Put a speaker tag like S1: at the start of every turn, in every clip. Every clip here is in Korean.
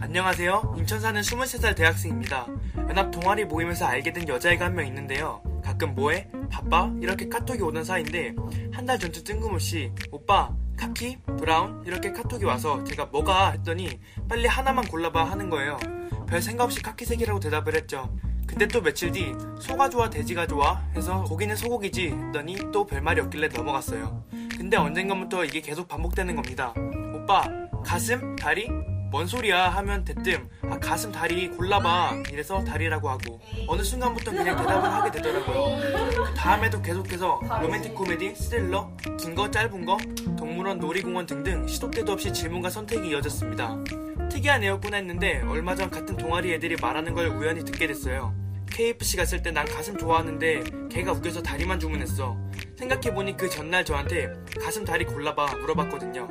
S1: 안녕하세요. 인천 사는 23살 대학생입니다. 연합 동아리 모임에서 알게 된 여자애가 한 명 있는데요. 가끔 뭐해? 바빠? 이렇게 카톡이 오는 사이인데 한 달 전쯤 뜬금없이 오빠 카키? 브라운? 이렇게 카톡이 와서 제가 뭐가? 했더니 빨리 하나만 골라봐 하는 거예요. 별 생각 없이 카키색이라고 대답을 했죠. 근데 또 며칠 뒤 소가 좋아 돼지가 좋아 해서 고기는 소고기지 했더니 또 별말이 없길래 넘어갔어요. 근데 언젠가부터 이게 계속 반복되는 겁니다. 오빠 가슴? 다리? 뭔 소리야 하면 대뜸 아 가슴 다리 골라봐 이래서 다리라고 하고 어느 순간부터 그냥 대답을 하게 되더라고요. 뭐 다음에도 계속해서 로맨틱 코미디, 스릴러, 긴 거 짧은 거, 동물원 놀이공원 등등 시도 때도 없이 질문과 선택이 이어졌습니다. 특이한 애였구나 했는데 얼마 전 같은 동아리 애들이 말하는 걸 우연히 듣게 됐어요. KFC 갔을 때 난 가슴 좋아하는데 걔가 웃겨서 다리만 주문했어. 생각해보니 그 전날 저한테 가슴 다리 골라봐 물어봤거든요.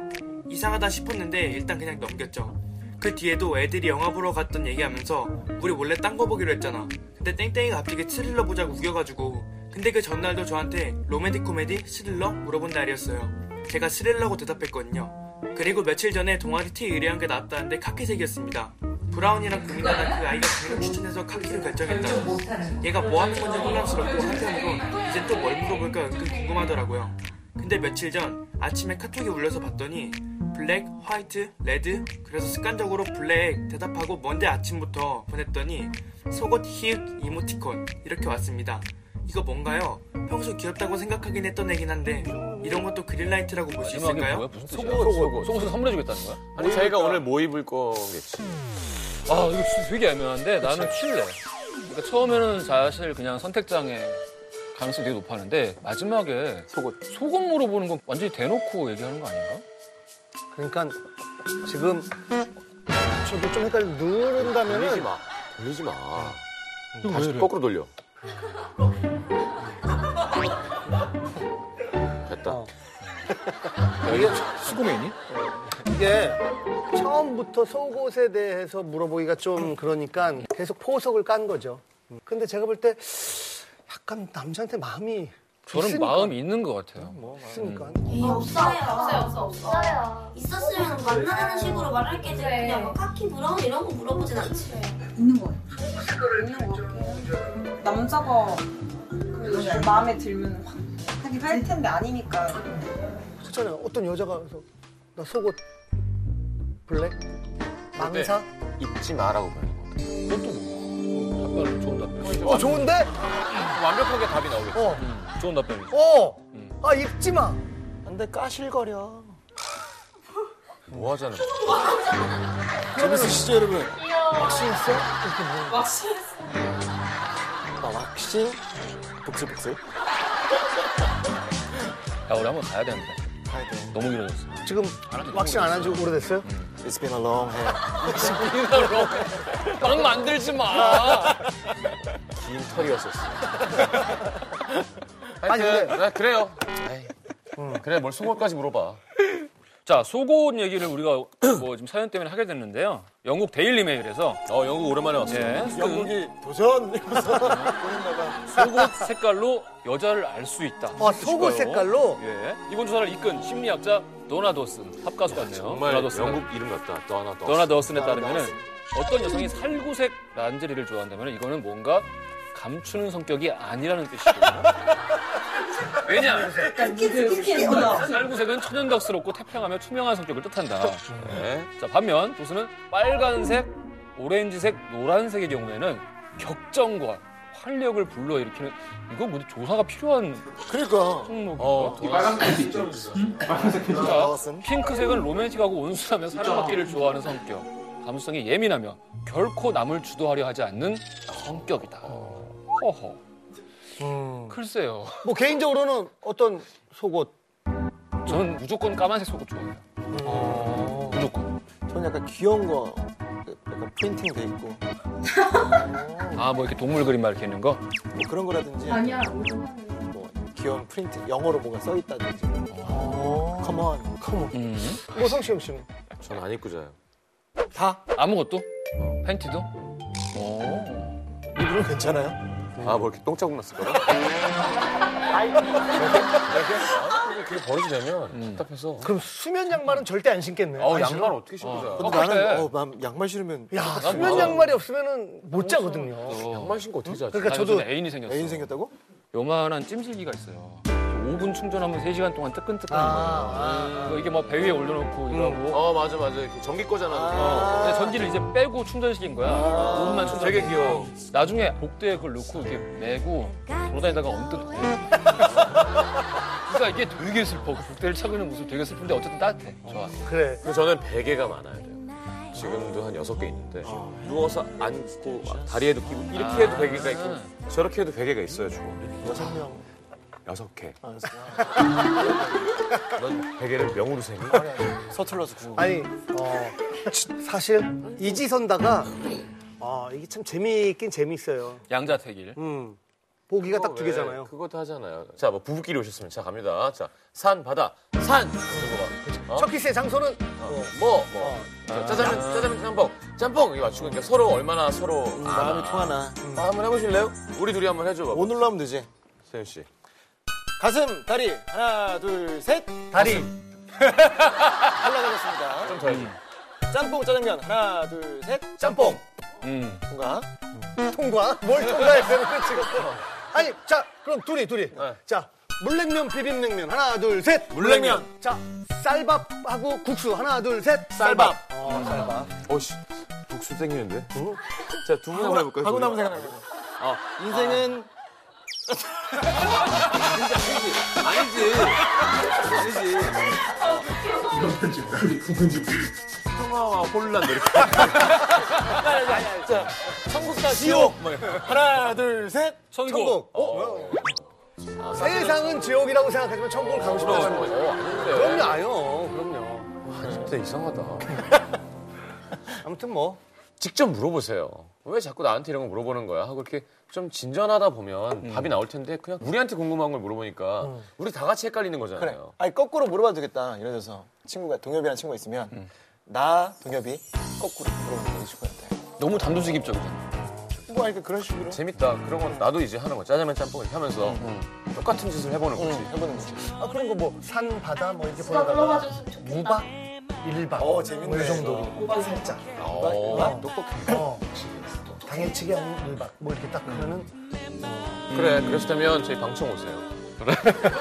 S1: 이상하다 싶었는데 일단 그냥 넘겼죠. 그 뒤에도 애들이 영화 보러 갔던 얘기하면서 우리 원래 딴 거 보기로 했잖아. 근데 땡땡이가 갑자기 스릴러 보자고 우겨가지고 근데 그 전날도 저한테 로맨틱 코미디 스릴러 물어본 날이었어요. 제가 스릴러고 대답했거든요. 그리고 며칠 전에 동아리 티 의뢰한 게 나왔다는데 카키색이었습니다. 브라운이랑 고민하다 그 아이가 제가 추천해서 카키를 결정했다. 얘가 뭐 하는 건지 혼란스럽고 한편으로 이제 또 뭘 물어볼까 은근 궁금하더라고요. 근데 며칠 전 아침에 카톡이 울려서 봤더니 블랙, 화이트, 레드 그래서 습관적으로 블랙 대답하고 먼데 아침부터 보냈더니 속옷, 히읗, 이모티콘 이렇게 왔습니다. 이거 뭔가요? 평소 귀엽다고 생각하긴 했던 애긴 한데 이런 것도 그린라이트라고 볼 수
S2: 마지막에
S1: 있을까요?
S2: 뭐야? 무슨 뜻이야? 속옷, 속옷. 속옷을 선물해주겠다는 거야?
S3: 아니 자기가 오늘 뭐 입을 거겠지.
S2: 아, 이거 진짜 되게 애매한데 나는 칠래. 그러니까 처음에는 사실 그냥 선택장에 가능성이 되게 높았는데 마지막에
S3: 속옷.
S2: 속옷 물어보는 건 완전히 대놓고 얘기하는 거 아닌가?
S4: 그러니까 지금 저도 좀 헷갈려 누른다면은
S3: 돌리지 마. 돌리지 마. 다시 거꾸로 돌려. 됐다.
S4: 어.
S2: 야, 이게 수고맨이?
S4: 이게 처음부터 속옷에 대해서 물어보기가 좀 그러니까 계속 포석을 깐 거죠. 음. 근데 제가 볼 때 약간 남자한테 마음이
S2: 저는
S4: 있으니까. 뭐,
S2: 마음이 있는 것 같아요.
S4: 있으니까
S5: 에이, 없어요.
S6: 아, 없어요, 네. 없어, 없어.
S5: 있었으면 만나는 식으로 말할 게 되지. 그냥 막 카키 브라운 이런 거 물어보진 않지.
S6: 있는 거예요. 있는 거 같아요. 남자가 그 마음에 들면 확 하긴 할 텐데 아니니까.
S4: 그렇잖아요. 어떤 여자가 그래서 나 속옷 블랙 망사
S3: 입지 마라고 말해.
S2: 그것도 뭐 답변 좋은 답변.
S4: 어 좋은데 어.
S3: 완벽하게 답이 나오겠지.
S2: 음, 좋은 답변이죠.
S4: 어어아 입지 마 안돼 까실거려
S3: 뭐 하자는
S4: 재밌으시죠 여러분 왁싱 있어 이렇게 뭐
S3: 거야? 왁싱? 복슬복슬?
S2: 야, 우리 한번 가야 되는데.
S3: 가야 돼.
S2: 너무 길어졌어.
S4: 지금 왁싱 안 한 지 오래됐어요?
S3: It's been a long hair.
S2: 빵 만들지 마.
S3: 긴 털이었었어.
S4: 아니,
S2: 네,
S4: 근데-
S3: 나 그래요. 에이. 그래 뭘 속옷까지 물어봐.
S2: 자, 속옷 얘기를 우리가 뭐 지금 사연 때문에 하게 됐는데요. 영국 데일리 메일에서
S3: 어 영국 오랜만에 왔어.
S2: 예,
S4: 그 여기 도전
S2: 속옷 색깔로 여자를 알 수 있다.
S4: 아, 속옷 색깔로?
S2: 예. 이번 조사를 이끈 심리학자 도나더슨 팝가수 같네요.
S3: 정말
S2: 도나더슨.
S3: 영국 이름 같다. 또 하나 더.
S2: 도나더슨에 따르면은 어떤 여성이 살구색 란제리를 좋아한다면 이거는 뭔가 감추는 성격이 아니라는 뜻이고 왜냐?
S6: 네,
S2: 살구색은 천연덕스럽고 태평하며 투명한 성격을 뜻한다.
S3: 네.
S2: 자, 반면 조수는 빨간색, 오렌지색, 노란색의 경우에는 격정과 활력을 불러일으키는 이거 뭐 조사가 필요한
S4: 그러니까
S2: 항목인가?
S3: 어,
S2: 자, 핑크색은 로맨틱하고 온순하며 사랑받기를 좋아하는 성격. 감수성이 예민하며 결코 남을 주도하려 하지 않는 성격이다. 허허. 글쎄요.
S4: 뭐 개인적으로는 어떤 속옷
S2: 저는 무조건 까만색 속옷 좋아해요. 무조건.
S7: 어. 저는 약간 귀여운 거 약간 프린팅 돼 있고 뭐
S2: 아, 뭐 이렇게 동물 그림 막 이렇게 있는 거?
S7: 그런 거라든지 아니야 뭐 귀여운 프린팅 영어로 뭐가 써 있다든지 컴온 컴온
S2: 음.
S4: 어, 노성시영 씨는
S3: 전 안 입고 자요.
S7: 어.
S2: 아무것도? 팬티도? 오.
S7: 이분은 괜찮아요?
S3: 아, 뭐 이렇게 똥자국 났을 거야? 이렇게 아, 그게 버릇이 되면
S2: 음.
S3: 답답해서.
S4: 그럼 수면 양말은 절대 안 신겠네요.
S2: 어,
S4: 안 신어?
S2: 양말 어떻게
S3: 어떻게 신고 자?
S7: 근데 나는 어, 난 양말 신으면
S4: 야, 수면 양말이 없으면은 못 자거든요.
S3: 양말 신고 어떻게 자지?
S4: 그러니까
S2: 나
S4: 저도
S2: 요즘에 애인이 생겼어.
S7: 애인 생겼다고?
S2: 요만한 찜질기가 있어요. 5분 충전하면 3시간 동안 뜨끈뜨끈한 거예요.
S7: 아.
S4: 아,
S2: 그거 이게 막 배 위에 올려놓고
S7: 음.
S2: 이러고.
S3: 어, 맞아, 맞아. 이렇게 전기 꺼잖아.
S2: 어. 근데 전기를 이제 빼고 충전시킨 거야.
S7: 아.
S2: 5분만 충전. 되게 귀여워. 나중에 복대에 그걸 넣고 이렇게 메고 돌아다니다가 엄뜻. 덮고. 그러니까 이게 되게 슬퍼. 그 복대를 차고 있는 모습 되게 슬픈데 어쨌든 따뜻해. 좋아.
S4: 그래.
S3: 근데 저는 베개가 많아야 돼요. 지금도 한 여섯 개 있는데 누워서 앉고 막 다리에도 끼고 이렇게 해도 베개가 있고 저렇게 해도 베개가 있어요 주머니. 여섯 명. 아, 여섯 아, 네. 개. 넌 베개를 명으로 세니?
S7: 서툴러서 그런 거.
S4: 아니, 어, 사실 이지선다가 아, 이게 참 재미있긴 재미있어요.
S2: 양자택일.
S4: 음. 보기가
S7: 어,
S4: 딱
S7: 네.
S4: 두 개잖아요.
S3: 네, 그것도 하잖아요. 자, 뭐 부부끼리 오셨으면 자 갑니다. 자, 산 바다 산. 어?
S4: 첫 키스의 장소는
S3: 어, 뭐 뭐. 자, 짜장면 짜장면 짬뽕 짬뽕 이거 맞추고 그러니까 서로 얼마나 서로
S7: 마음이 통하나.
S3: 아, 한번 해보실래요? 우리 둘이 한번 해줘봐.
S7: 오늘로 하면 되지.
S3: 세윤 씨.
S7: 가슴, 다리. 하나, 둘, 셋.
S4: 다리.
S7: 올라가겠습니다.
S3: 좀더 해줘.
S7: 짬뽕, 짜장면. 하나, 둘, 셋. 짬뽕.
S2: 음.
S7: 뭔가?
S4: 통과? 뭘 통과했어요, 지금? 아니, 자, 그럼 둘이, 둘이. 자, 물냉면, 비빔냉면. 하나, 둘, 셋.
S7: 네. 물냉면.
S4: 자, 쌀밥하고 국수. 하나, 둘, 셋.
S7: 쌀밥.
S4: 어, 쌀밥.
S3: 어씨 국수 땡기는데? 자두 분 한번 해볼까요?
S7: 하고 나면 생각나는 거. 인생은
S3: 아니지 아니지 평화와 혼란 이렇게
S7: 천국과 지옥. 하나, 둘, 셋.
S4: 뭐
S7: 아,
S4: 천국. 어? 세상은 지옥이라고 생각하지만 천국을 가고 싶다는 거죠. 그럼요, 아요. 그럼요.
S3: 어, 진짜 이상하다
S4: 아무튼 뭐.
S3: 직접 물어보세요 왜 자꾸 나한테 이런 거 물어보는 거야 하고 이렇게 좀 진전하다 보면 답이 나올 텐데 그냥 우리한테 궁금한 걸 물어보니까 우리 다 같이 헷갈리는
S7: 그래.
S3: 거잖아요
S7: 아니 거꾸로 물어봐도 되겠다. 예를 들어서 친구가 동엽이라는 친구가 있으면 나 동엽이 거꾸로 물어보는 거 친구한테.
S2: 너무 단도직입적이다.
S7: 뭐 그러니까 그런 식으로
S3: 재밌다 그런 건 나도 이제 하는 거야 짜장면 짬뽕 이렇게 하면서 똑같은 짓을 해보는 거지
S7: 해보는 거지.
S4: 아, 그런 거 뭐, 산, 바다 뭐 이렇게
S5: 누가 불러봐
S4: 보다가
S5: 줬으면 좋겠다.
S4: 무박, 일박.
S7: 어, 재밌네.
S4: 뭐이 정도로. 살짝.
S3: 어.
S4: 어. 당일치기 아니면 일박. 뭐 이렇게 딱 하면은
S3: 그래 그랬다면 저희 방청 오세요